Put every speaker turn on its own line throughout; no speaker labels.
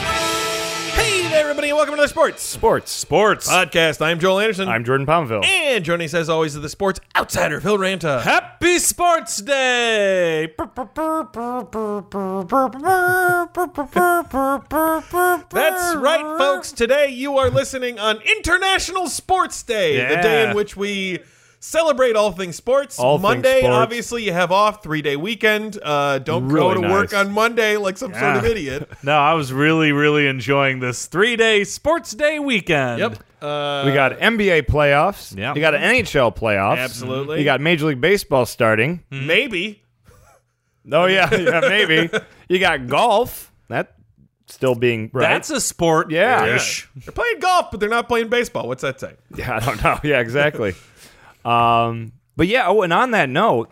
Hey there, everybody, and welcome to the Sports
Sports. Sports. Eh,
Podcast. I'm Joel Anderson.
I'm Jordan Palmville.
and joining us as always is the sports outsider, Phil Ranta.
Happy Sports Day!
That's
That's
right, folks. Today you are listening on International Sports Day, the
Yeah.
day in which we celebrate all things sports.
All things
Monday,
sports.
obviously, you have off, three day weekend. Uh, don't go
Really
to
nice.
work on Monday like some sort of
Yeah.
idiot.
No, I was really, really enjoying this three day Sports Day weekend.
Yep. Uh,
We got NBA playoffs.
Yeah.
You got NHL playoffs.
Absolutely.
You got Major League Baseball starting.
Hmm.
maybe.
Oh yeah, yeah, maybe. You got golf. That still being right.
That's a sport.
yeah.
Yeah. They're playing golf, but they're not playing baseball. What's that say?
Yeah, I don't know. Yeah, exactly. um, but yeah. Oh, and on that note,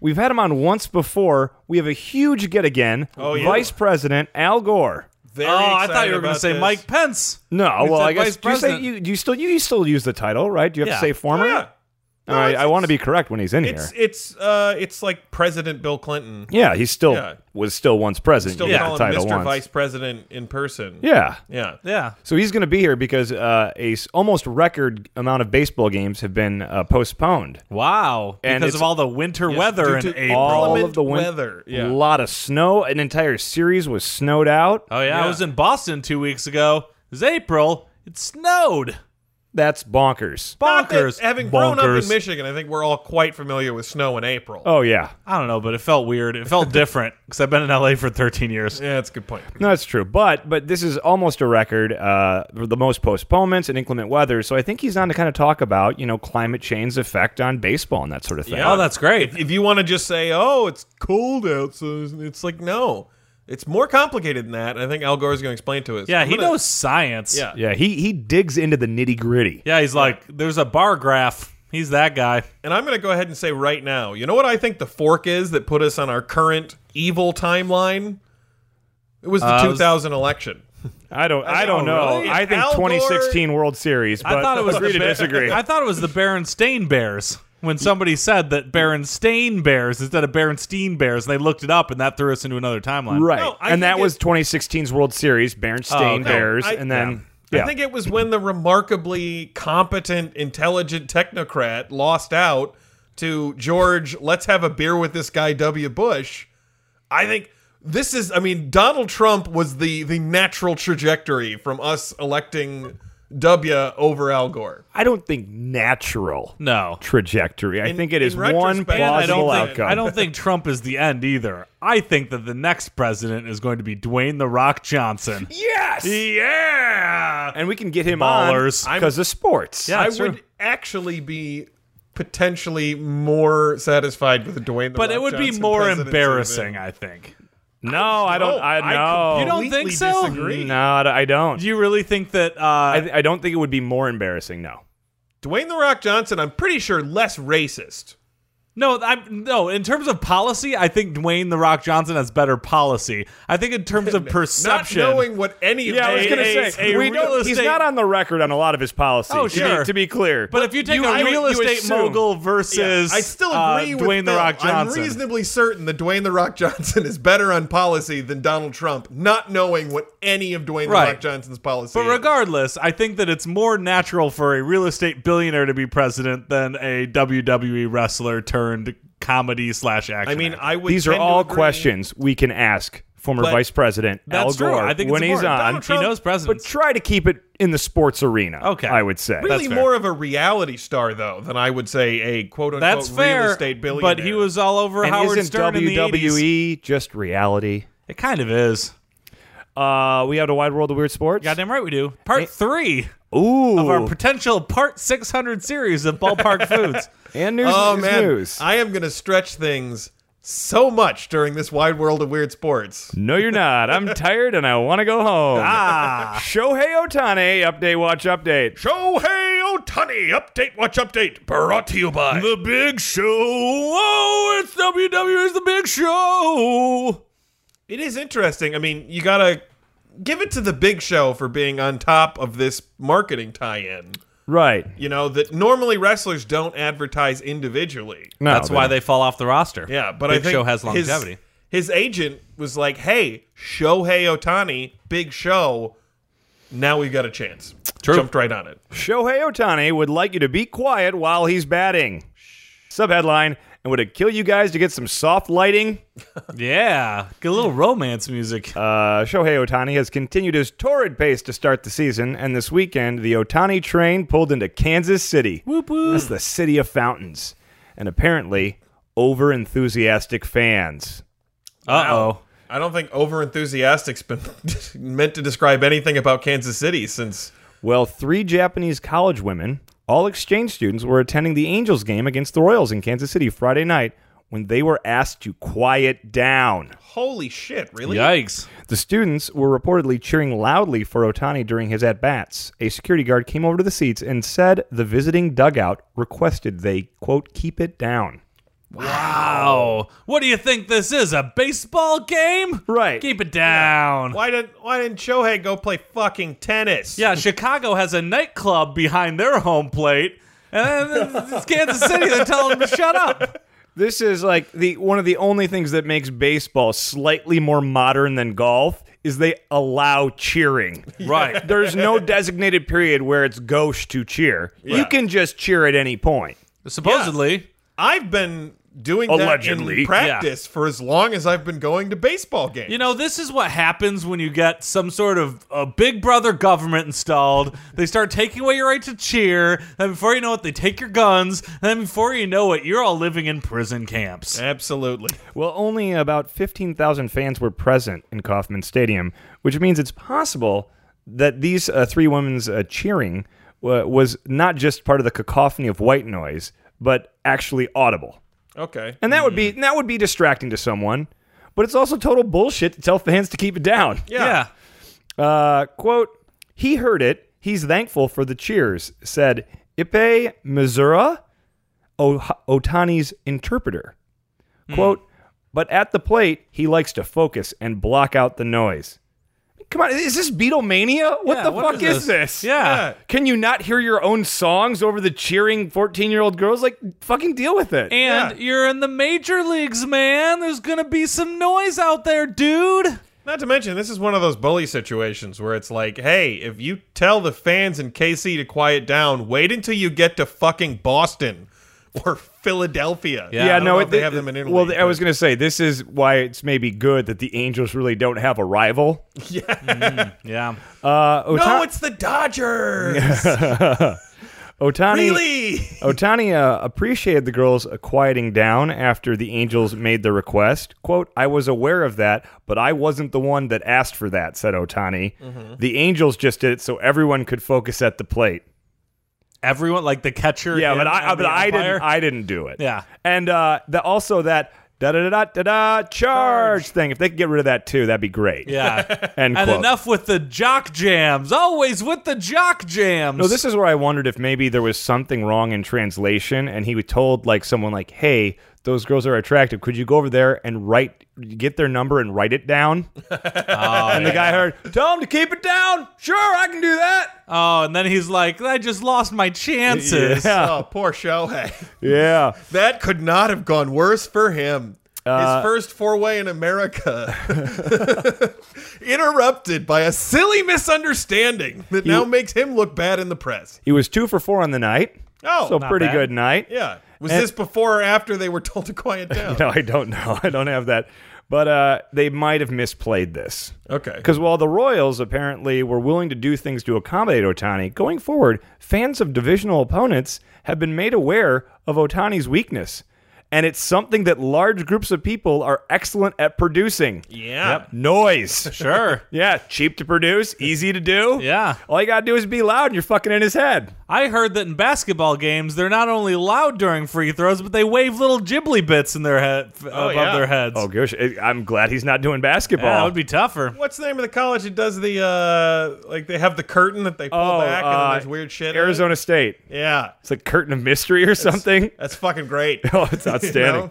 we've had him on once before. We have a huge get again.
Oh, yeah.
Vice President Al Gore.
Very
Oh, I thought
excited
you were going to
about
say
this.
Mike Pence.
No,
We
well,
said
I guess
vice
do you say
president.
you, do you still you still use the title, right? Do you have to
Yeah.
say former?
Oh, Yeah.
All right,
it's-
I want to be correct when he's in here.
It's it's uh it's like President Bill Clinton
Yeah, he still
Yeah.
was still once president.
still
you got
calling
the title
Mr.
once.
Vice President in person.
Yeah.
Yeah.
Yeah.
So he's going to be here because uh, a s- almost record amount of baseball games have been uh, postponed.
Wow.
And it's-
because of all the winter weather
due
in
to
April.
All
Parliament
of the win-
weather, yeah.
a lot of snow. An entire series was snowed out.
oh, yeah.
Yeah.
I was in Boston two weeks ago. It was April. It snowed.
That's bonkers.
Not that-
Bonkers.
having grown up in
Bonkers.
Michigan, I think we're all quite familiar with snow in April.
Oh yeah,
I don't know, but it felt weird. It felt different because I've been in LA for 13 years.
Yeah, that's a good point.
no, that's true. But but this is almost a record uh, for the most postponements and inclement weather. So I think he's on to kind of talk about you know climate change's effect on baseball and that sort of thing.
Oh, that's great.
If you want to just say, "Oh, it's cold out," so it's like no, it's more complicated than that. I think Al Gore is going to explain to us.
Yeah,
I'm
he
gonna-
knows science.
Yeah.
Yeah, he he digs into the nitty gritty.
Yeah, he's like, there's a bar graph. He's that guy.
And I'm going to go ahead and say right now, you know what I think the fork is that put us on our current evil timeline? It was the
Uh, it was-
2000 election.
I don't I don't know.
really?
I think
Al Gore-
2016 World Series. But
I thought it was
agree
the
to
Bar-
disagree.
I thought it was the Berenstain Bears when somebody said that Berenstain Bears instead of Berenstein Bears, and they looked it up, and that threw us into another timeline.
Right.
No, I
and
think
that was 2016's World Series, Berenstain
Oh, okay.
Bears,
No, I-
and then
I
yeah.
think it was when the remarkably competent, intelligent technocrat lost out to George, let's have a beer with this guy, W. Bush. I think this is, I mean, Donald Trump was the, the natural trajectory from us electing W over Al Gore.
I don't think natural
No.
trajectory. I
In-
think it is
in
one
retrospect, I
I don't
plausible
think
outcome.
I don't think Trump is the end either. I think that the next president is going to be Dwayne the Rock Johnson.
yes.
Yeah.
and we can get him
Ballers.
on because of sports.
Yeah.
I
That's true.
would actually be potentially more satisfied with Dwayne the
But
Rock
it would be
Johnson
more
presidency than-
embarrassing, I think.
No, I don't.
No,
I no.
You don't
completely
think so?
Disagree.
No, I don't.
Do you really think that uh,
I, I don't think it would be more embarrassing. No.
Dwayne the Rock Johnson, I'm pretty sure less racist.
No, I'm no. In terms of policy, I think Dwayne the Rock Johnson has better policy. I think in terms of perception.
Not knowing what any of
Yeah, I was
these-
gonna
a-
say
a
we don't-
real
he's
estate-
not on the record on a lot of his policies.
Oh,
to be-
sure.
To be, clear,
but if you take
You-
a
I would-
real
you
estate
assume-
mogul
Yeah,
versus
I still
uh,
agree with
Dwayne the
Phil.
Rock Johnson.
I'm reasonably certain that Dwayne the Rock Johnson is better on policy than Donald Trump, not knowing what any of Dwayne the
Right.
Rock Johnson's policy.
but
is.
regardless, I think that it's more natural for a real estate billionaire to be president than a WWE wrestler turned comedy slash action.
I mean,
actor.
I would.
these are
tend to
all
agree.
questions we can ask former
But
Vice President Al
That's true.
Gore
I think it's
when he's
important.
on.
Donald Trump-
he knows
but
presidents.
try to keep it in the sports arena.
Okay.
I would say.
Really,
fair.
more of a reality star though than I would say a quote unquote
That's
real
fair.
estate billionaire.
But he was all over
and
Howard
isn't
Stern in the 80s.
WWE just reality?
It kind of is.
Uh, we have a wide world of weird sports.
Goddamn right we do. Part three.
Ooh,
of our potential part 600 series of ballpark foods.
and news.
Oh
news,
man,
news.
Uh,
I am going to stretch things so much during this wide world of weird sports.
No, you're not. I'm tired and I want to go home. Ah, Shohei Otani update. Watch update.
Shohei Otani update. Watch update. Brought to you by
The Big Show. Oh, it's WWE's The Big Show.
It is interesting. I mean, you gotta give it to the Big Show for being on top of this marketing tie-in.
Right.
You know that normally wrestlers don't advertise individually.
No,
That's why they fall off the roster.
Yeah, but
Big
I think
Show has
his-
longevity.
His, agent was like, "Hey, Shohei Otani, Big Show. Now we've got a chance."
True.
Jumped right on it.
Shohei Otani would like you to be quiet while he's batting. Subheadline, and would it kill you guys to get some soft lighting?
yeah, get a little romance music.
Uh, Shohei Otani has continued his torrid pace to start the season, and this weekend, the Otani train pulled into Kansas City.
Whoop, whoop.
That's the city of fountains. And apparently, over enthusiastic fans.
Uh oh.
I don't think over enthusiastic's been meant to describe anything about Kansas City since
Well, three Japanese college women, all exchange students, were attending the Angels game against the Royals in Kansas City Friday night when they were asked to quiet down.
holy shit, really?
Yikes.
The students were reportedly cheering loudly for Otani during his at bats. A security guard came over to the seats and said the visiting dugout requested they, quote, keep it down.
Wow. What do you think this is? A baseball game?
Right.
Keep it down. Yeah.
Why didn't why didn't Shohei go play fucking tennis?
Chicago has a nightclub behind their home plate. And then it's Kansas City. They're telling them to shut up.
This is like the one of the only things that makes baseball slightly more modern than golf is they allow cheering.
Right.
There's no designated period where it's gauche to cheer. You can just cheer at any point.
Supposedly.
I've been doing that
Allegedly.
in practice for as long as I've been going to baseball games.
You know, this is what happens when you get some sort of a big brother government installed. They start taking away your right to cheer, and before you know it, they take your guns, and then before you know it, you're all living in prison camps.
Absolutely.
Well, only about 15,000 fans were present in Kauffman Stadium, which means it's possible that these uh, three women's uh, cheering uh, was not just part of the cacophony of white noise, but actually audible.
Okay.
And that would be that would be distracting to someone, but it's also total bullshit to tell fans to keep it down.
Yeah.
Uh, quote, he heard it. He's thankful for the cheers, said Ipe Mizura, o- Otani's interpreter. Quote, but at the plate, he likes to focus and block out the noise. Come on, is this Beatlemania? What
Yeah,
the
what
fuck is, this?
Yeah.
Can you not hear your own songs over the cheering 14 year old girls? Like, fucking deal with it.
And you're in the major leagues, man. There's going to be some noise out there, dude.
Not to mention, this is one of those bully situations where it's like, hey, if you tell the fans in KC to quiet down, wait until you get to fucking Boston or Philadelphia.
Yeah,
yeah,
I don't
no,
know
it,
if they have them in Italy.
Well, I
but-
was going to say this is why it's maybe good that the Angels really don't have a rival.
Yeah.
Uh, Ota-
no, it's the Dodgers.
Otani
Really?
Otani uh, appreciated the girls uh, quieting down after the Angels made the request. "Quote: I was aware of that, but I wasn't the one that asked for that," said Otani.
Mm-hmm.
The Angels just did it so everyone could focus at the plate.
Everyone, like the catcher.
Yeah,
and-
but I
and
but
the
I
umpire.
didn't I didn't do it.
Yeah.
and uh, the, also that. Da da da da da charge thing. If they could get rid of that too, that'd be great.
Yeah.
End
and
quote.
enough with the jock jams. Always with the jock jams.
No, this is where I wondered if maybe there was something wrong in translation, and he told like someone like, "Hey, those girls are attractive. Could you go over there and write, get their number and write it down?" and the guy heard, "Tell him to keep it down." Sure, I can do that.
Oh, and then he's like, I just lost my chances.
oh, poor Shohei.
Yeah,
That could not have gone worse for him.
Uh,
His first four way in America, interrupted by a silly misunderstanding that now makes him look bad in the press.
he was two for four on the night.
Oh,
so
not
pretty
bad.
good night.
Yeah. Was this before or after they were told to quiet down?
No, I don't know. I don't have that. But uh, they might have misplayed this.
Okay.
Because while the Royals apparently were willing to do things to accommodate Otani, going forward, fans of divisional opponents have been made aware of Otani's weakness. And it's something that large groups of people are excellent at producing.
Yeah.
Noise.
Sure.
yeah, cheap to produce, easy to do.
Yeah.
All you got to do is be loud and you're fucking in his head.
I heard that in basketball games, they're not only loud during free throws, but they wave little ghibli bits in their head f- above
yeah.
their heads.
Oh, gosh. I'm glad he's not doing basketball.
Yeah, that would be tougher.
What's the name of the college that does the uh like they have the curtain that they pull
Oh,
back and
uh,
then there's weird shit. in it?
Arizona State.
Yeah.
It's like Curtain of Mystery or something.
That's fucking great.
Oh, it's
You
outstanding.
know?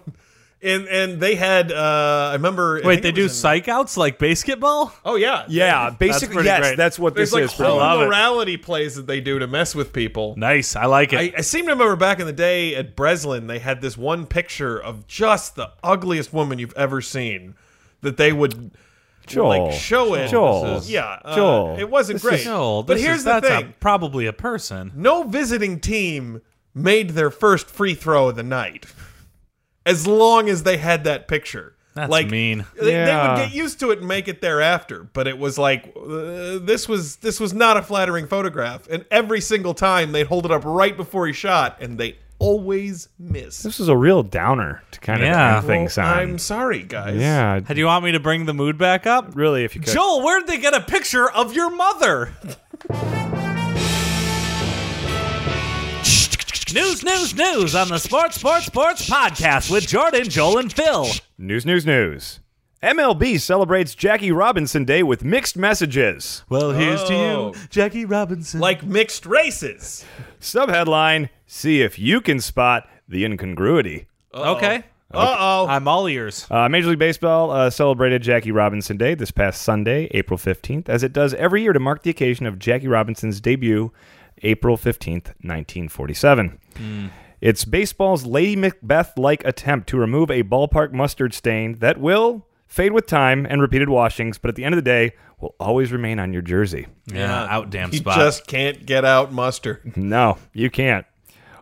and and they had uh I remember I
Wait,
think
they
it
do
was in-
psych outs like basketball?
Oh yeah.
Yeah, basically,
pretty
yes,
great.
that's what
There's
this
like
is. pretty
whole
much.
love it.
morality plays that they do to mess with people.
Nice. I like it.
I, I seem to remember back in the day at Breslin, they had this one picture of just the ugliest woman you've ever seen that they would
Joel,
like show it.
Joel,
This is-
Yeah, uh,
Joel,
it wasn't
this
great.
is-
No,
but
this
here's
is-
the
that's a-
thing:
probably a person.
no visiting team made their first free throw of the night. As long as they had that picture,
That's
like
mean.
They, they
Yeah.
would get used to it and make it thereafter. But it was like uh, this was this was not a flattering photograph, and every single time they'd hold it up right before he shot, and they always missed.
this is a real downer to kind
Yeah.
of end things
Well,
on.
I'm sorry, guys.
yeah,
Hey, Do you want me to bring the mood back up?
really, if you could.
Joel, where'd they get a picture of your mother? news, news, news on the Sports, Sports, Sports podcast with Jordan, Joel, and Phil.
News, news, news. MLB celebrates Jackie Robinson Day with mixed messages.
Well, here's
Oh.
to you, Jackie Robinson.
Like mixed races.
Subheadline: See if you can spot the incongruity.
okay.
Uh oh.
I'm all ears.
Uh, Major League Baseball uh, celebrated Jackie Robinson Day this past Sunday, April 15th, as it does every year to mark the occasion of Jackie Robinson's debut, April 15th, 1947.
Hmm.
It's baseball's Lady Macbeth like attempt to remove a ballpark mustard stain that will fade with time and repeated washings, but at the end of the day, will always remain on your jersey.
Yeah, out damn
You
spot.
just can't get out mustard.
No, you can't.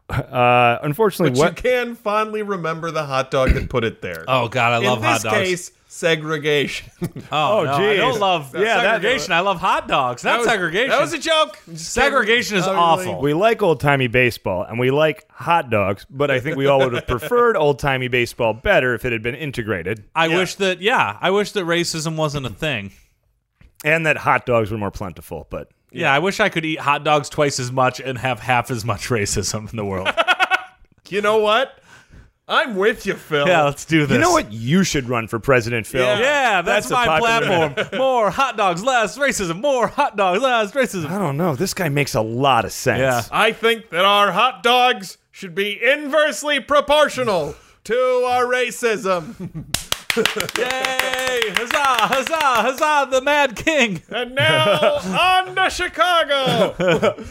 Uh, unfortunately,
But
what?
you can fondly remember the hot dog that put it there.
oh God, I love
In
hot
this
dogs.
case, segregation.
oh, no, I
geez.
don't love
Yeah, that-
segregation. I love hot dogs, not
That was-
segregation.
That was a joke.
Segregation is
Oh, really?
awful.
We like old timey baseball and we like hot dogs, but I think we all would have preferred old timey baseball better if it had been integrated
I wish that yeah, I wish that racism wasn't a thing.
and that hot dogs were more plentiful. But
Yeah, I wish I could eat hot dogs twice as much and have half as much racism in the world.
You know what? I'm with you, Phil.
yeah, let's do this.
you know what? You should run for president, Phil.
Yeah.
Yeah, that's,
That's a
my
popular-
platform. More hot dogs, less racism. More hot dogs, less racism.
I don't know. This guy makes a lot of sense.
Yeah.
I think that our hot dogs should be inversely proportional to our racism.
Yay! Huzzah! Huzzah! Huzzah! The Mad King.
And now on to Chicago.
Uh,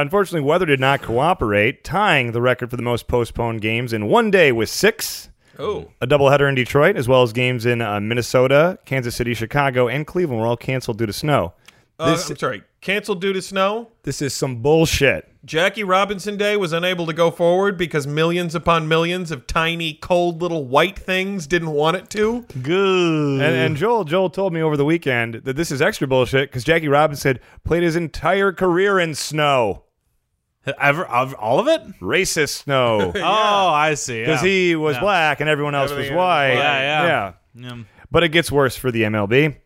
unfortunately, weather did not cooperate, tying the record for the most postponed games in one day with six.
Oh,
A doubleheader in Detroit, as well as games in uh, Minnesota, Kansas City, Chicago, and Cleveland, were all canceled due to snow. This,
uh, I'm sorry. Canceled due to snow.
this is some bullshit.
Jackie Robinson Day was unable to go forward because millions upon millions of tiny, cold little white things didn't want it to.
And,
Good.
and Joel Joel told me over the weekend that this is extra bullshit because Jackie Robinson played his entire career in snow,
Ever, of- all of it?
racist snow,
Oh, I see.
because
yeah.
he was black and everyone else was
Everything was
white.
white.
Yeah, yeah. Yeah.
But it gets worse for the MLB.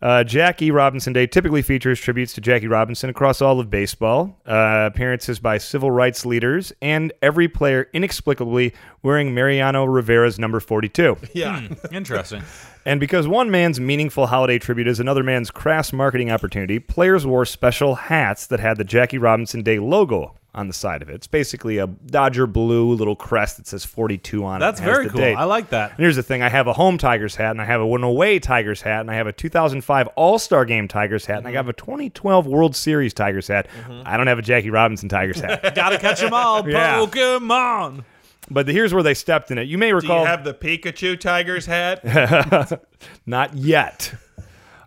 Uh, Jackie Robinson Day typically features tributes to Jackie Robinson across all of baseball, uh, appearances by civil rights leaders, and every player inexplicably wearing Mariano Rivera's number 42.
Hmm.
Yeah.
Interesting.
And because one man's meaningful holiday tribute is another man's crass marketing opportunity, players wore special hats that had the Jackie Robinson Day logo on the side of it. It's basically a Dodger blue little crest that says 42 on
That's
it. and has
very
the
cool.
date.
I like that.
And here's the thing I have a home Tigers hat, and I have a one away Tigers hat, and I have a 2005 All Star Game Tigers hat, and
Mm-hmm.
I have a 2012 World Series Tigers hat. I don't have a Jackie Robinson Tigers hat.
Gotta catch 'em all,
Yeah.
Pokemon.
but the, here's where they stepped in it. You may
Do you
recall.
have the Pikachu Tigers hat?
Not yet.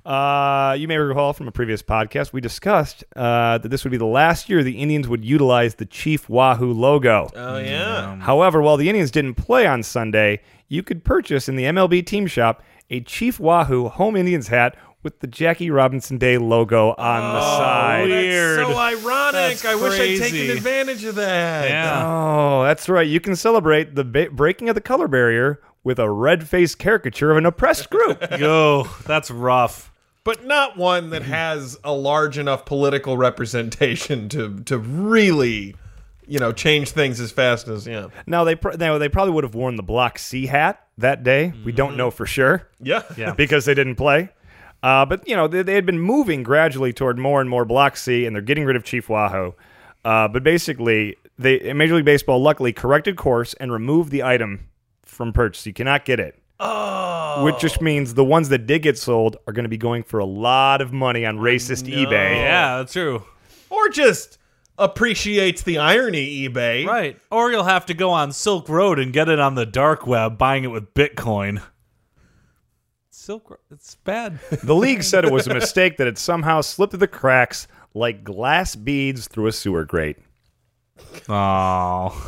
Uh, you may recall from a previous podcast, we discussed uh, that this would be the last year the Indians would utilize the Chief Wahoo logo.
Oh yeah.
However, while the Indians didn't play on Sunday, you could purchase in the MLB team shop a Chief Wahoo home Indians hat with the Jackie Robinson Day logo on the side.
weird.
Oh, That's so ironic.
That's
I wish I'd taken
crazy.
advantage of that.
Yeah.
Oh, that's right. You can celebrate the ba- breaking of the color barrier with a red faced caricature of an oppressed group.
Yo, that's rough.
But not one that has a large enough political representation to to really, you know, change things as fast as yeah.
Now they pr- now they probably would have worn the Block C hat that day. We don't know for sure
Yeah.
Mm. Yeah.
because they didn't play. Uh, but you know they, they had been moving gradually toward more and more Block C, and they're getting rid of Chief Wahoo. Uh, but basically, they Major League Baseball luckily corrected course and removed the item from purchase. You cannot get it.
Oh,
Which just means the ones that did get sold are going to be going for a lot of money on racist eBay.
Yeah, that's true.
or just appreciates the irony. eBay,
Right. Or you'll have to go on Silk Road and get it on the dark web, buying it with Bitcoin. Silk Road, it's bad.
The league said it was a mistake that had somehow slipped through the cracks like glass beads through a sewer grate.
oh.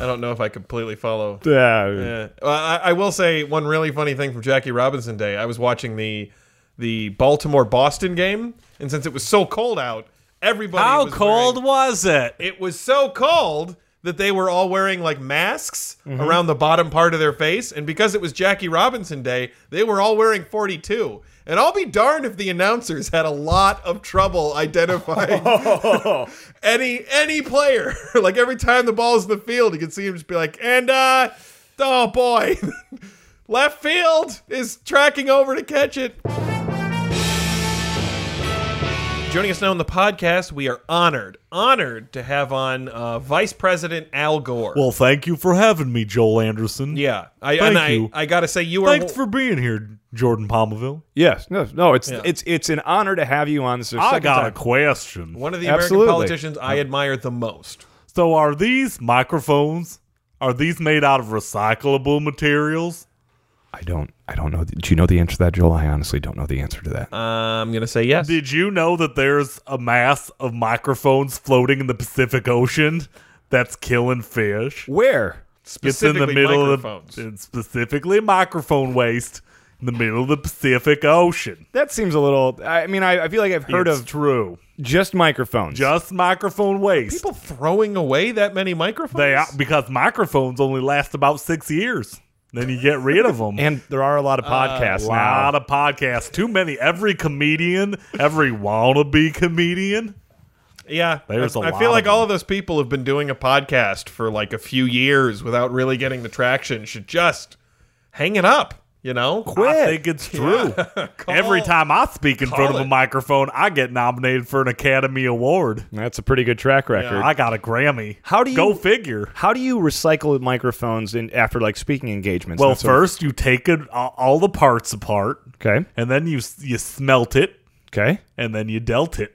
I don't know if I completely follow.
Uh,
Yeah. Well, I, I will say one really funny thing from Jackie Robinson Day. I was watching the the Baltimore Boston game, and since it was so cold out, everybody
How
was
cold
wearing-
was it?
it was so cold that they were all wearing like masks
Mm-hmm.
around the bottom part of their face, and because it was Jackie Robinson Day, they were all wearing forty two. And I'll be darned if the announcers had a lot of trouble identifying any any player. like every time the ball's in the field, you can see him just be like, and uh, oh boy, left field is tracking over to catch it. Joining us now on the podcast, we are honored, honored to have on uh, Vice President Al Gore.
Well, thank you for having me, Joel Anderson.
yeah, I,
Thank
and I,
you.
I gotta say, you are
Thanks for being here, Jordan Palmaville.
Yes. No, no it's it's it's an honor to have you on this.
I got a question.
one of the
Absolutely.
American politicians I admire the most.
So, are these microphones? Are these made out of recyclable materials?
I don't I don't know. Do you know the answer to that, Joel? I honestly don't know the answer to that.
I'm gonna say yes.
Did you know that there's a mass of microphones floating in the Pacific Ocean that's killing fish?
Where?
It's in the
Specifically
middle of
microphones.
the, it's specifically microphone waste in the middle of the Pacific Ocean.
That seems a little. I mean, I, I feel like I've heard
it's
of
true.
just microphones.
Just microphone waste.
People throwing away that many microphones?
they are, because microphones only last about six years. Then you get rid of them.
and there are a lot of podcasts
a
now.
Uh, lot of podcasts. Too many. Every comedian, every wannabe comedian.
Yeah,
There's
I,
a
I
lot
feel
of
like all of those people have been doing a podcast for like a few years without really getting the traction. Should just hang it up, you know?
I think it's true. Every time I speak in front of a
it.
microphone, I get nominated for an Academy Award.
That's a pretty good track record.
I got a Grammy.
How do you-
go figure?
How do you recycle microphones in after like speaking engagements?
Well,
That's what-
first you take it, all all the parts apart,
okay,
and then you you smelt it,
okay.
and then you dealt it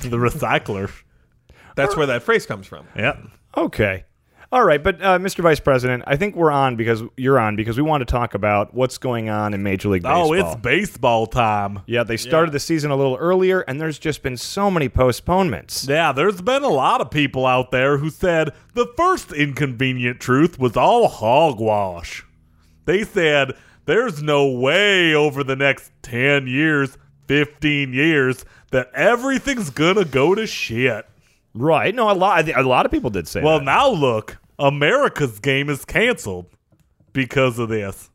to the recycler.
That's where that phrase comes from.
yeah.
Okay. All right, but uh, Mr. Vice President, I think we're on because you're on because we want to talk about what's going on in Major League Baseball.
Oh, it's baseball time.
yeah. They started the season a little earlier, and there's just been so many postponements.
Yeah, there's been a lot of people out there who said the first inconvenient truth was all hogwash. They said there's no way over the next 10 years, 15 years, that everything's gonna go to shit.
Right? No, a lot. A lot of people did say.
Well,
that.
now look, America's game is canceled because of this.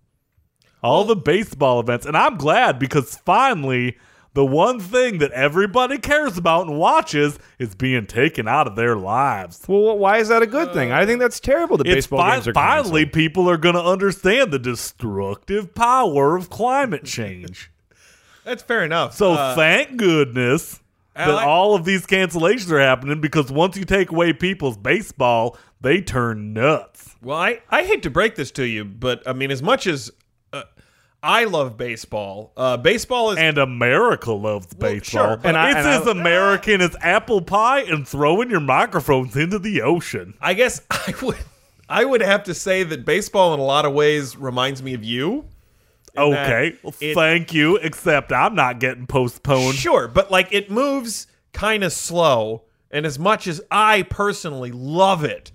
All the baseball events, and I'm glad because finally the one thing that everybody cares about and watches is being taken out of their lives.
Well, why is that a good thing? I think that's terrible that
It's
baseball
fi-
games are
finally people are going to understand the destructive power of climate change.
That's fair enough.
So
Uh,
thank goodness that
Alex-
all of these cancellations are happening because once you take away people's baseball, they turn nuts.
Well, I, I hate to break this to you, but I mean, as much as uh, I love baseball, uh, baseball is.
and America loves baseball.
sure, but-
And I-
it's
and I-
as American as apple pie and throwing your microphones into the ocean.
I guess I would I would have to say that baseball, in a lot of ways, reminds me of you. that
Okay, well,
it-
thank you. Except I'm not getting postponed.
Sure, but like it moves kind of slow, and as much as I personally love it,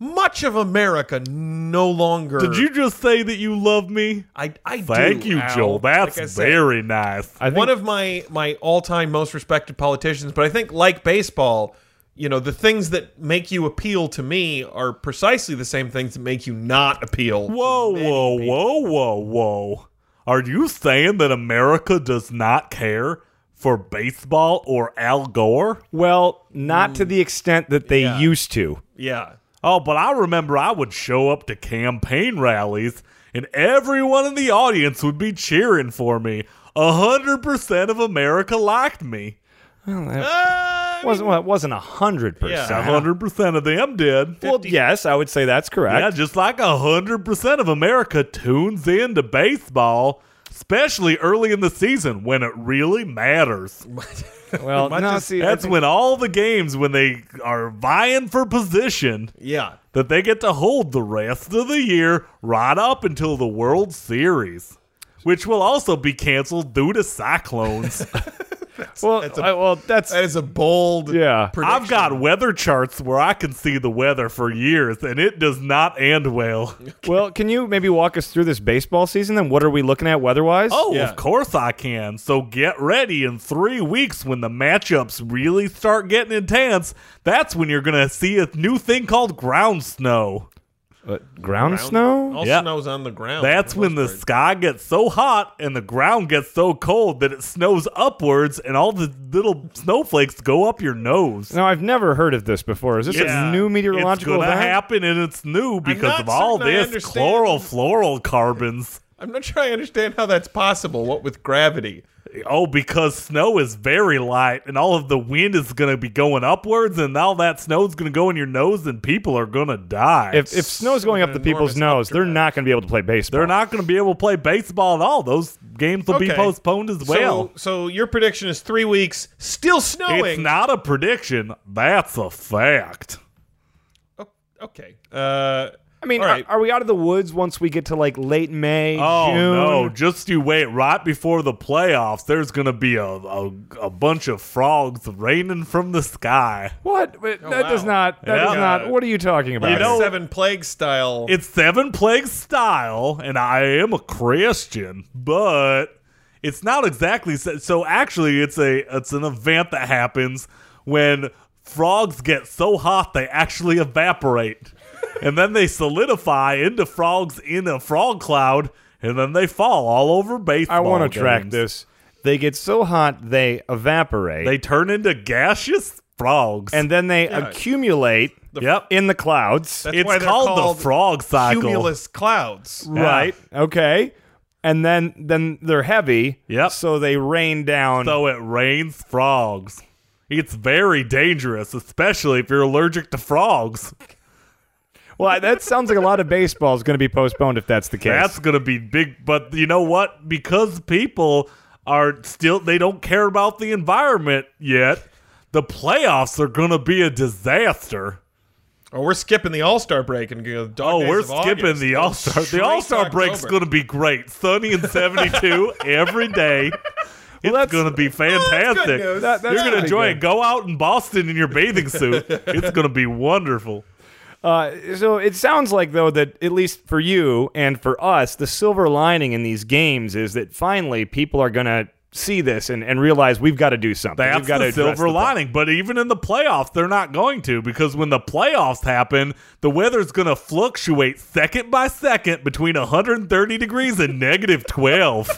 much of America no longer.
Did you just say that you love me?
I, I do,
Thank you,
Al.
Joel. That's
Like I said,
very nice.
I think-
one of my my all time most respected politicians. But I think, like baseball, you know, the things that make you appeal to me are precisely the same things that make you not appeal.
whoa, whoa, whoa, whoa, whoa. Are you saying that America does not care for baseball or Al Gore?
Well, not to the extent that they used to.
Yeah,
Oh, but I remember I would show up to campaign rallies and everyone in the audience would be cheering for me. A hundred percent of America liked me.
uh,
wasn't well, it wasn't a hundred percent.
Yeah.
hundred percent of them did.
Well, yes, I would say that's correct.
Yeah, just like hundred percent of America tunes into baseball, especially early in the season when it really matters.
well,
Much
no,
as-
see, I
That's
think-
when all the games when they are vying for position
Yeah.
that they get to hold the rest of the year right up until the World Series. Which will also be canceled due to cyclones.
well,
that's a-
I- well, that's
That is a bold.
Yeah.
prediction.
I've got weather charts where I can see the weather for years, and it does not end well.
well. Can you maybe walk us through this baseball season? Then what are we looking at weather-wise?
Oh,
Yeah.
of course I can. So get ready in three weeks when the matchups really start getting intense. That's when you're going to see a new thing called ground snow.
Uh, ground, snow.
All
Yeah.
snow's on the ground.
That's when the sky gets so hot and the ground gets so cold that it snows upwards and all the little snowflakes go up your nose.
Now I've never heard of this before. Is this a new meteorological
It's gonna
event?
happen and it's new because
not
of all
certain I
this
understand.
chlorofluorocarbons.
I'm not sure I understand how that's possible. What with gravity?
Oh, because snow is very light and all of the wind is going to be going upwards and all that snow's going to go in your nose and people are going to die.
If if snow's going up
an
the people's
enormous
nose, they're not going to be able to play baseball.
They're not going to be able to play baseball at all. Those games will be
Okay.
postponed as well.
so, so your prediction is three weeks, still snowing.
it's not a prediction, that's a fact.
O- okay. Uh,
I mean,
all right.
are, are we out of the woods once we get to like late May,
Oh
June?
no! Just you wait. Right before the playoffs, there's gonna be a a, a bunch of frogs raining from the sky.
What? Wait, that does
wow.
not. That
Oh, Yeah.
does not. What are you talking about?
You know-
seven plague style.
It's seven plague style, and I am a Christian, but it's not exactly se- so. Actually, it's a it's an event that happens when frogs get so hot they actually evaporate, and then they solidify into frogs in a frog cloud, and then they fall all over baseball.
I want to track
games.
this. They get so hot they evaporate,
They turn into gaseous frogs,
and then they accumulate
yep,
in the clouds.
That's
it's
why they're
called, the frog cycle.
Cumulus clouds.
right. Okay. And then then they're heavy.
Yep.
So they rain down.
So it rains frogs. It's very dangerous, especially if you're allergic to frogs.
well, that sounds like a lot of baseball is going to be postponed if that's the case.
That's going to be big. But you know what? Because people are still, they don't care about the environment yet, the playoffs are going to be a disaster.
Oh, we're skipping the All Star break and go. dog
Oh,
days
we're
of
skipping
August.
the All Star.
Straight
The All Star
October.
break's going to be great. Sunny and 72 every day.
that's-
it's going to be fantastic.
news.
That- that's
You're going to
pretty
enjoy
good.
it. Go out in Boston in your bathing suit. it's going to be wonderful.
Uh, so it sounds like though that at least for you and for us, the silver lining in these games is that finally people are going to see this and, and realize we've got to do something.
That's
we've got to
the
address
silver
the problem.
lining. But even in the playoffs, they're not going to because when the playoffs happen, the weather's going to fluctuate second by second between 130 degrees and negative 12.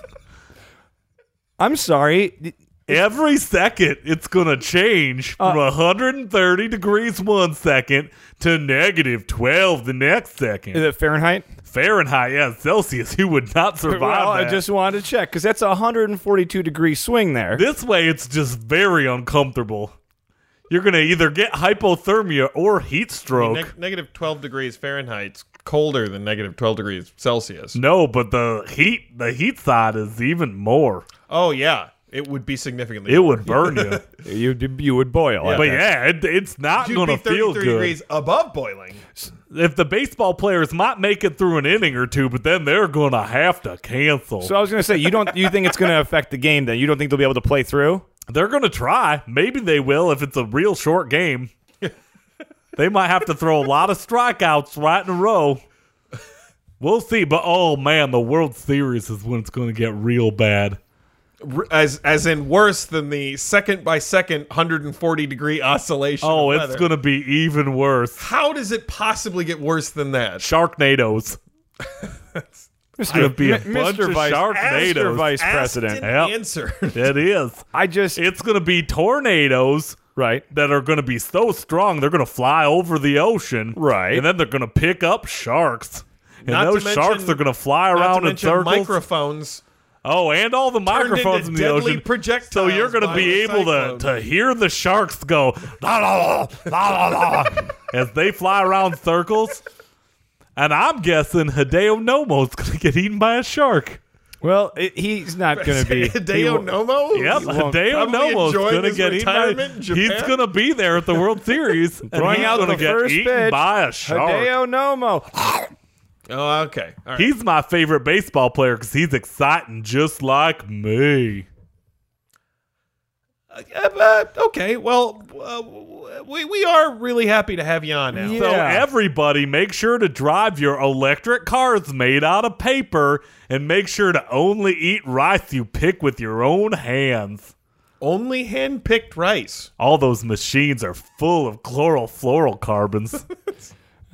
I'm sorry.
Every second, it's going to change from
Uh,
130 degrees one second to negative 12 the next
Is
second.
it Fahrenheit?
Fahrenheit, yeah, Celsius, you would not survive.
Well, I
that.
just wanted to check because that's a 142 degree swing there.
This way, it's just very uncomfortable. You're going to either get hypothermia or heat stroke.
Neg- negative 12 degrees Fahrenheit's colder than negative 12 degrees Celsius.
No, but the heat the heat side is even more.
Oh, yeah. It would be significantly.
It would burn you.
you you would boil. I
but
bet.
yeah, it, it's not
You'd
going
be
to
33
feel good.
degrees above boiling.
If the baseball players might make it through an inning or two, but then they're going to have to cancel.
So I was going to say you don't you think it's going to affect the game then? You don't think they'll be able to play through?
they're going to try. Maybe they will if it's a real short game. they might have to throw a lot of strikeouts right in a row. We'll see, but oh man, the World Series is when it's going to get real bad.
R- As as in worse than the second by second 140 degree oscillation.
Oh,
of
it's
weather.
going to be even worse.
How does it possibly get worse than that?
Sharknadoes. gonna be a
Mi-
bunch
Mr.
of
Vice,
Sharknadoes.
Mr. Vice
Asked
President.
and
Yep.
answered.
It is.
I just
It's going to be tornadoes
right.
that are going to be so strong they're going to fly over the ocean,
Right.
And then they're going to pick up sharks, and
Not to
those
mention-
sharks are going to fly
Not to
around in
mention
circles.
microphones
Oh, and all the
into
microphones in the
deadly
ocean.
projectiles
So you're going to
by
be
the
able to,
cyclone.
to hear the sharks go la la la la la la as they fly around circles. And I'm guessing Hideo Nomo's going to get eaten by a shark.
Well, i he's not going to be. he
Hideo
won't-
Nomo?
Yep,
He
won't
Hideo
probably
Nomo's
enjoy
going to
his
get eaten. By,
retirement in
he's
Japan.
going to be there at the World Series, and
Throwing
he's
out
going to
the
get
first
eaten
pitch,
by a shark.
Hideo Nomo.
Oh, okay. All right.
He's my favorite baseball player because he's exciting, just like me.
Uh, okay. Well, uh, we we are really happy to have you on now.
So
Yeah.
everybody, make sure to drive your electric cars made out of paper, and make sure to only eat rice you pick with your own hands.
Only hand-picked rice.
All those machines are full of chlorofluorocarbons.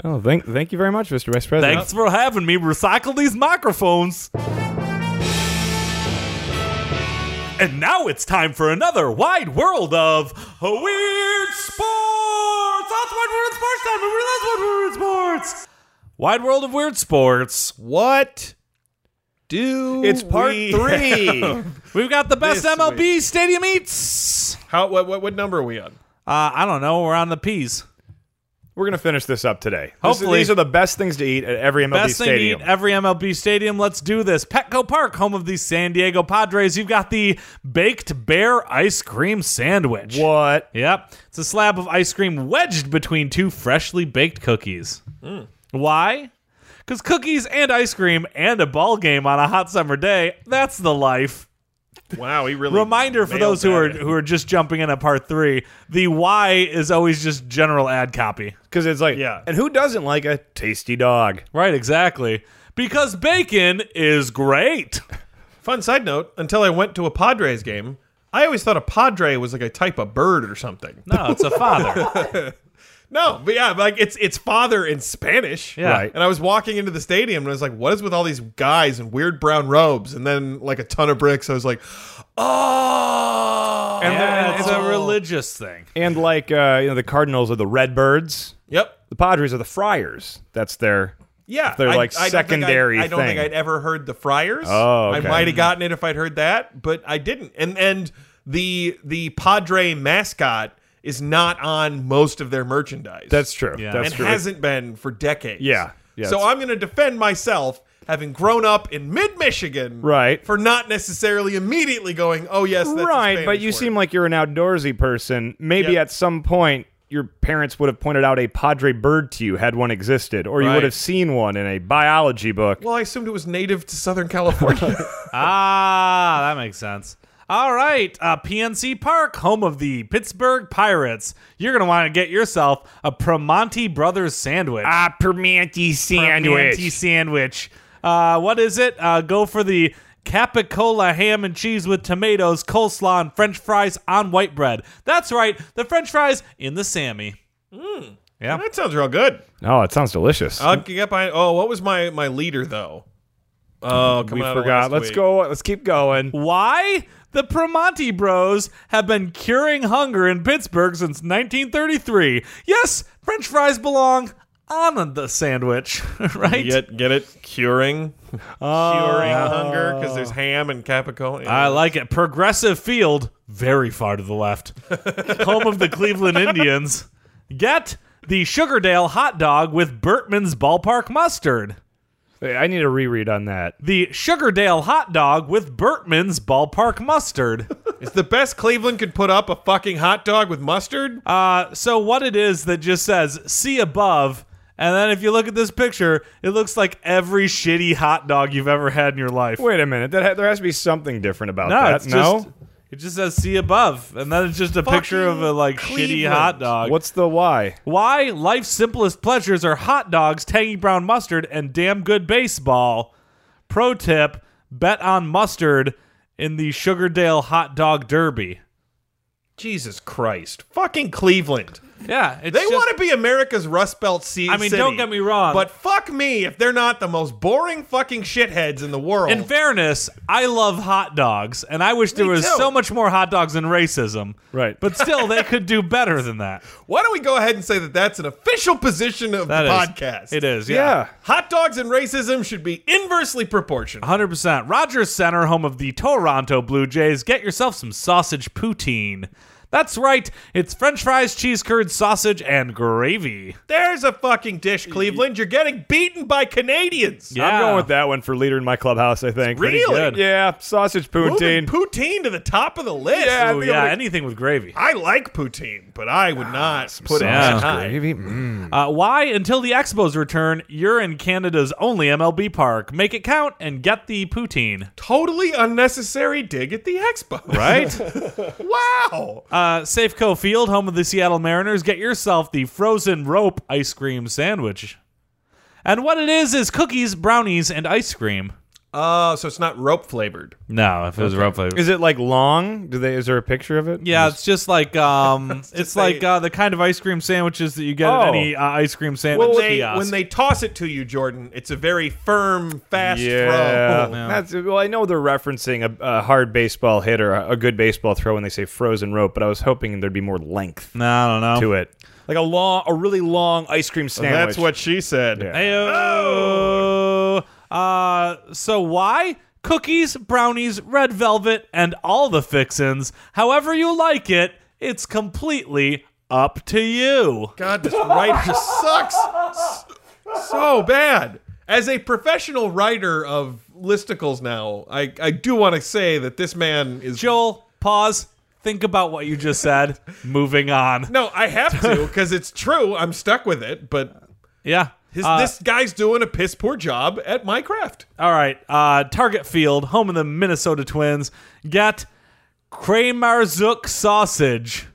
Oh, thank, thank you very much, Mr. Vice President.
Thanks for having me recycle these microphones. And now it's time for another wide world of weird sports. That's wide world of sports time. Remember that's wide world of sports. Wide world of weird sports.
What do
It's part
we
three.
have?
We've got the best
This
MLB stadium eats.
How what, what what number are we on?
Uh, I don't know. We're on the peas.
We're going to finish this up today. This-
Hopefully.
these are the best things to eat at every MLB
Best thing to
stadium.
eat every MLB stadium. Let's do this. Petco Park, home of the San Diego Padres. You've got the baked bear ice cream sandwich.
what?
Yep. It's a slab of ice cream wedged between two freshly baked cookies. Why? Because cookies and ice cream and a ball game on a hot summer day, that's the life.
Wow, he really
Reminder for
nailed
those who
that
are
in.
who are just jumping in at part three, the why is always just general ad copy.
Because it's like,
Yeah.
And who doesn't like a tasty dog?
Right, exactly. Because bacon is great.
Fun side note, until I went to a Padres game, I always thought a padre was like a type of bird or something.
No, it's a father.
No, but yeah, like it's it's father in Spanish.
Yeah.
Right.
And I was walking into the stadium and I was like, what is with all these guys in weird brown robes? And then like a ton of bricks, I was like, oh
And
Yeah,
then it's a religious thing.
And like, uh, you know, the Cardinals are the Redbirds.
Yep.
The Padres are the Friars. That's their.
Yeah.
They're like
don't think
secondary
I, I don't
thing.
think I'd ever heard the Friars.
Oh, okay.
I might have gotten it if I'd heard that, but I didn't. And and the the Padre mascot is not on most of their merchandise.
That's true.
Yeah.
That's
and
true.
hasn't been for decades.
Yeah, yeah,
so
it's-
I'm going to defend myself having grown up in mid Michigan,
Right.
for not necessarily immediately going, oh yes, that's a
right, but
Spanish
you
word."
seem like you're an outdoorsy person. Maybe
Yep.
at some point your parents would have pointed out a padre bird to you had one existed, or you
Right.
would have seen one in a biology book.
Well, I assumed it was native to Southern California.
Ah, that makes sense. All right, uh, PNC Park, home of the Pittsburgh Pirates. You're gonna want to get yourself a Primanti Brothers sandwich.
Ah, permanente sandwich.
Primanti sandwich. Uh, what is it? Uh, go for the capicola ham and cheese with tomatoes, coleslaw, and French fries on white bread. That's right, the French fries in the Sammy.
that sounds real good.
Oh, it sounds delicious.
I'll get by. Oh, what was my my leader though? Oh, come
we
out of
forgot.
last
Let's
week.
go. Let's keep going.
Why? The Primanti Bros have been curing hunger in Pittsburgh since 1933. Yes, French fries belong on the sandwich, right?
Get get it curing, curing
Oh.
hunger because there's ham and capicola.
I like it. Progressive Field, very far to the left, home of the Cleveland Indians. Get the Sugardale hot dog with Burtman's Ballpark mustard.
Hey, I need a reread on that.
The Sugardale hot dog with Burtman's Ballpark mustard.
It's the best Cleveland could put up a fucking hot dog with mustard.
Uh, so what it is that just says "see above," and then if you look at this picture, it looks like every shitty hot dog you've ever had in your life.
Wait a minute. That ha- there has to be something different about
no,
that.
it's
no.
just it just says "see above," and then it's just a picture of a like shitty
Cleveland.
hot dog.
What's the why?
Why life's simplest pleasures are hot dogs, tangy brown mustard, and damn good baseball. Pro tip: bet on mustard in the Sugardale hot dog derby.
Jesus Christ. Fucking Cleveland.
Yeah, it's
They want to be America's Rust Belt sea.
I mean,
city.
don't get me wrong.
but fuck me if they're not the most boring fucking shitheads in the world.
In fairness, I love hot dogs, and I wish there was
too.
so much more hot dogs than racism.
Right.
But still, they could do better than that.
Why don't we go ahead and say that that's an official position of
That
the
is-
podcast?
It is, yeah.
Yeah.
Hot dogs and racism should be inversely
Uh,
proportional.
100%. Rogers Center, home of the Toronto Blue Jays, get yourself some sausage poutine. That's right, it's french fries, cheese curd, sausage, and gravy.
There's a fucking dish, Cleveland. You're getting beaten by Canadians.
Yeah.
I'm going with that one for leader in my clubhouse. I think.
Really?
Pretty good. Yeah, sausage
Moving
poutine.
poutine to the top of the list.
Yeah, I
Ooh,
think
yeah, Ah,
I'm gonna-
anything with gravy.
I like poutine, but I would not put it
sausage
that high.
Gravy. Mm.
Uh, why? Until the Expos return, you're in Canada's only MLB park. Make it count and get the poutine.
Totally unnecessary dig at the expo.
Right?
wow.
Uh, Safeco Field, home of the Seattle Mariners, get yourself the frozen rope ice cream sandwich. And what it is is cookies, brownies, and ice cream.
Uh, so it's not rope flavored.
No, if it was rope flavor.
Is it like long? Do they? Is there a picture of it?
Yeah, it's just like um, it's,
just
like
say-
uh, the kind of ice cream sandwiches that you get at
Oh.
any uh, ice cream sandwich
When they,
kiosk.
when they toss it to you, Jordan, it's a very firm, fast
Yeah,
throw.
that's well. I know they're referencing a, a hard baseball hit or a, a good baseball throw when they say frozen rope, but I was hoping there'd be more length
no, I don't know.
to it, Um, like a long, a really long ice cream sandwich.
That's what she said. Oh.
Yeah.
Ayo. Uh, so why? Cookies, brownies, red velvet, and all the fixins. However you like it, it's completely up to you.
God, this writer sucks s- so bad. As a professional writer of listicles now, I, I do want to say that this man is.
Joel, pause. Think about what you just said. Moving on.
no, I have to because it's true. I'm stuck with it, but
Yeah.
his,
Uh,
this guy's doing a piss poor job at Minecraft.
all right. Uh, Target Field, home of the Minnesota Twins, get Kramarzook sausage.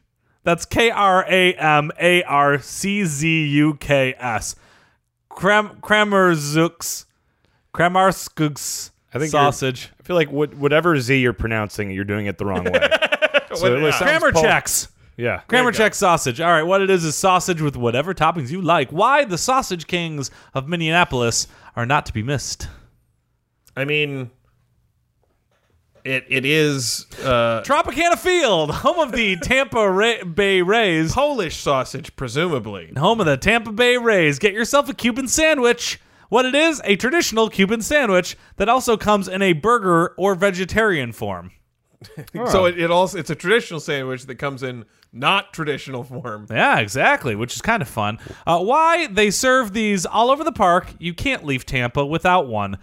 That's K R A M A R C Z U K S. Kram Kramarzook's Kramarskug's
I think you're-
sausage.
I feel like what, whatever Z you're pronouncing, you're doing it the wrong way. so it sounds
Grammar
Pol-
checks.
Yeah.
Grammar check sausage. All right, what it is is sausage with whatever toppings you like. Why the sausage kings of Minneapolis are not to be missed.
I mean, it it is uh,
Tropicana Field, home of the Tampa Ra- Bay Rays.
Polish sausage, presumably.
home of the Tampa Bay Rays. Get yourself a Cuban sandwich. What it is, a traditional Cuban sandwich that also comes in a burger or vegetarian form.
So it, it also it's a traditional sandwich that comes in not traditional form.
Yeah, exactly, which is kind of fun. Uh, why they serve these all over the park? You can't leave Tampa without one.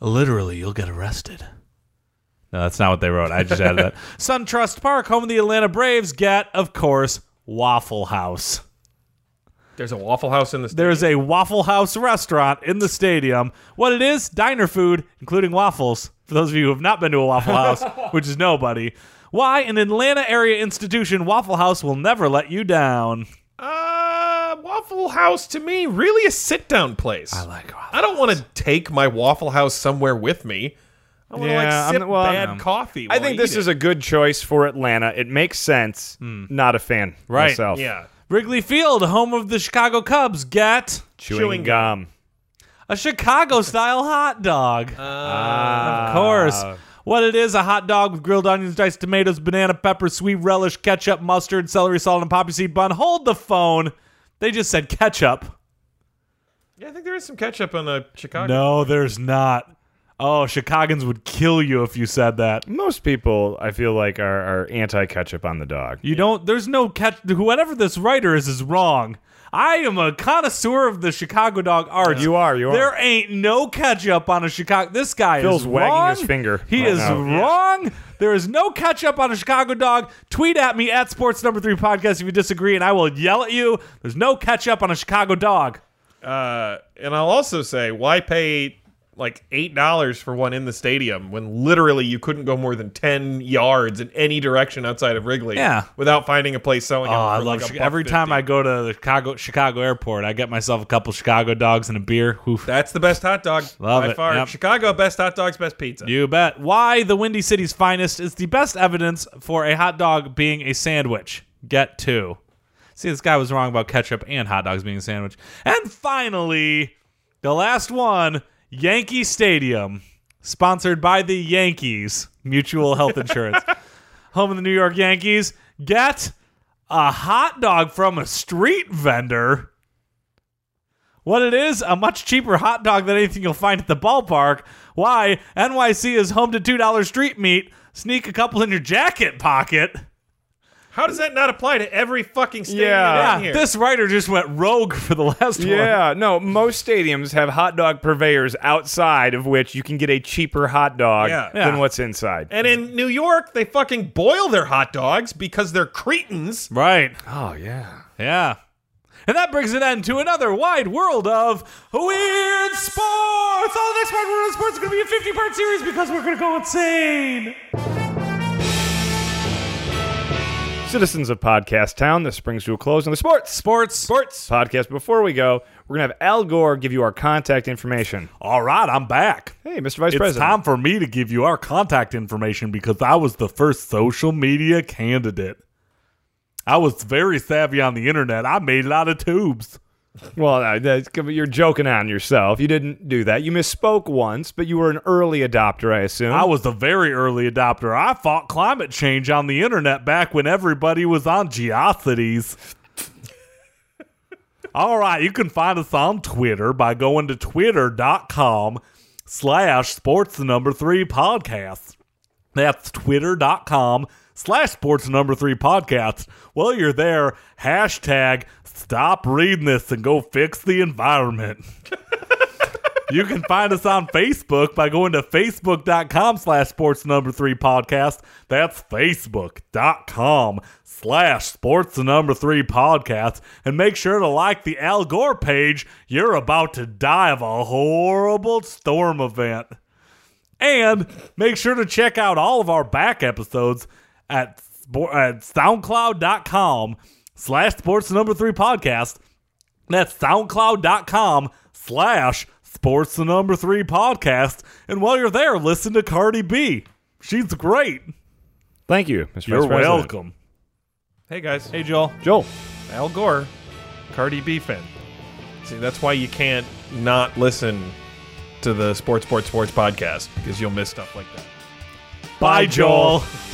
Literally, you'll get arrested. No, that's not what they wrote. I just added that. SunTrust Park, home of the Atlanta Braves, get, of course, Waffle House.
There's a Waffle House in this.
There is a Waffle House restaurant in the stadium. What it is, diner food, including waffles. For those of you who have not been to a Waffle House, which is nobody, why an Atlanta area institution Waffle House will never let you down.
Uh, Waffle House to me really a sit down place. I
like Waffle
I don't want to take my Waffle House somewhere with me. I want to
Yeah,
like
I'm-
sip
well,
bad
I'm-
coffee.
I think this is a good choice for Atlanta. It makes sense. Not a fan
Right.
myself.
yeah.
Wrigley Field, home of the Chicago Cubs, get
Chewing,
Chewing
gum.
a Chicago style hot dog. of course. What it is, a hot dog with grilled onions, diced tomatoes, banana pepper, sweet relish, ketchup, mustard, celery salt, and poppy seed bun. Hold the phone. They just said ketchup.
Yeah, I think there is some ketchup on the Chicago.
No, there's not. Oh, Chicagoans would kill you if you said that.
Most people, I feel like, are, are anti ketchup on the dog.
You don't. There's no catch. Whatever this writer is is wrong. I am a connoisseur of the Chicago dog art.
You are, you are.
There ain't no ketchup on a Chicago. This guy
Phil's
is
wagging
wrong.
his finger
He
right
is
now. Yeah.
wrong. There is no ketchup on a Chicago dog. Tweet at me at Sports Number Three Podcast if you disagree, and I will yell at you. There's no ketchup on a Chicago dog.
Uh, and I'll also say, why pay like eight dollars for one in the stadium when literally you couldn't go more than ten yards in any direction outside of Wrigley?
Yeah.
without finding a place selling.
Oh, I love Chicago. every time I go to the Chicago Chicago airport, I get myself a couple Chicago dogs and a beer. Oof.
That's the best hot dog
Love
by
it.
far.
Yep.
Chicago best hot dogs, best pizza.
You bet. Why the Windy City's finest is the best evidence for a hot dog being a sandwich. Get two. See, this guy was wrong about ketchup and hot dogs being a sandwich. And finally, the last one Yankee Stadium, sponsored by the Yankees Mutual Health Insurance. Home of the New York Yankees, get a hot dog from a street vendor. What it is, a much cheaper hot dog than anything you'll find at the ballpark. Why? NYC is home to $2 street meat. Sneak a couple in your jacket pocket.
How does that not apply to every fucking stadium
Yeah.
in Uh, here?
This writer just went rogue for the last one.
Yeah, no, most stadiums have hot dog purveyors outside of which you can get a cheaper hot dog
Yeah.
than
Yeah.
what's inside.
and in New York, they fucking boil their hot dogs because they're cretins.
Right.
oh, yeah.
Yeah. And that brings an end to another wide world of weird sports. Oh, the next wide world of sports is going to be a 50 part series because we're going to go insane.
Citizens of Podcast Town, this brings to a close on the sports
Sports. Sports.
podcast. Before we go, we're going to have Al Gore give you our contact information.
All right, I'm back.
Hey, Mr. Vice
it's
President.
time for me to give you our contact information because I was the first social media candidate. I was very savvy on the internet. I made a lot of tubes.
Well, no, that's- you're joking on yourself. You didn't do that. You misspoke once, but you were an early adopter, I assume.
I was a very early adopter. I fought climate change on the internet back when everybody was on Geocities. All right, you can find us on Twitter by going to twitter.com slash sports number three podcast. That's twitter.com slash sports number three podcast. While you're there, hashtag stop reading this and go fix the environment. You can find us on Facebook by going to facebook.com slash sports number three podcast. That's facebook.com slash sports number three podcast. And make sure to like the Al Gore page. You're about to die of a horrible storm event. And make sure to check out all of our back episodes at, spo- at soundcloud.com slash sports number three podcast. That's soundcloud.com slash sports the number three podcast. And while you're there, listen to Cardi B. She's great.
Thank you, Mr.
You're
Vice President.
welcome.
Hey guys,
Hey, Joel.
Joel.
Al Gore, Cardi B fan. See, that's why you can't not listen to the Sports Sports Sports podcast because you'll miss stuff like that.
Bye,
Joel.
Joel.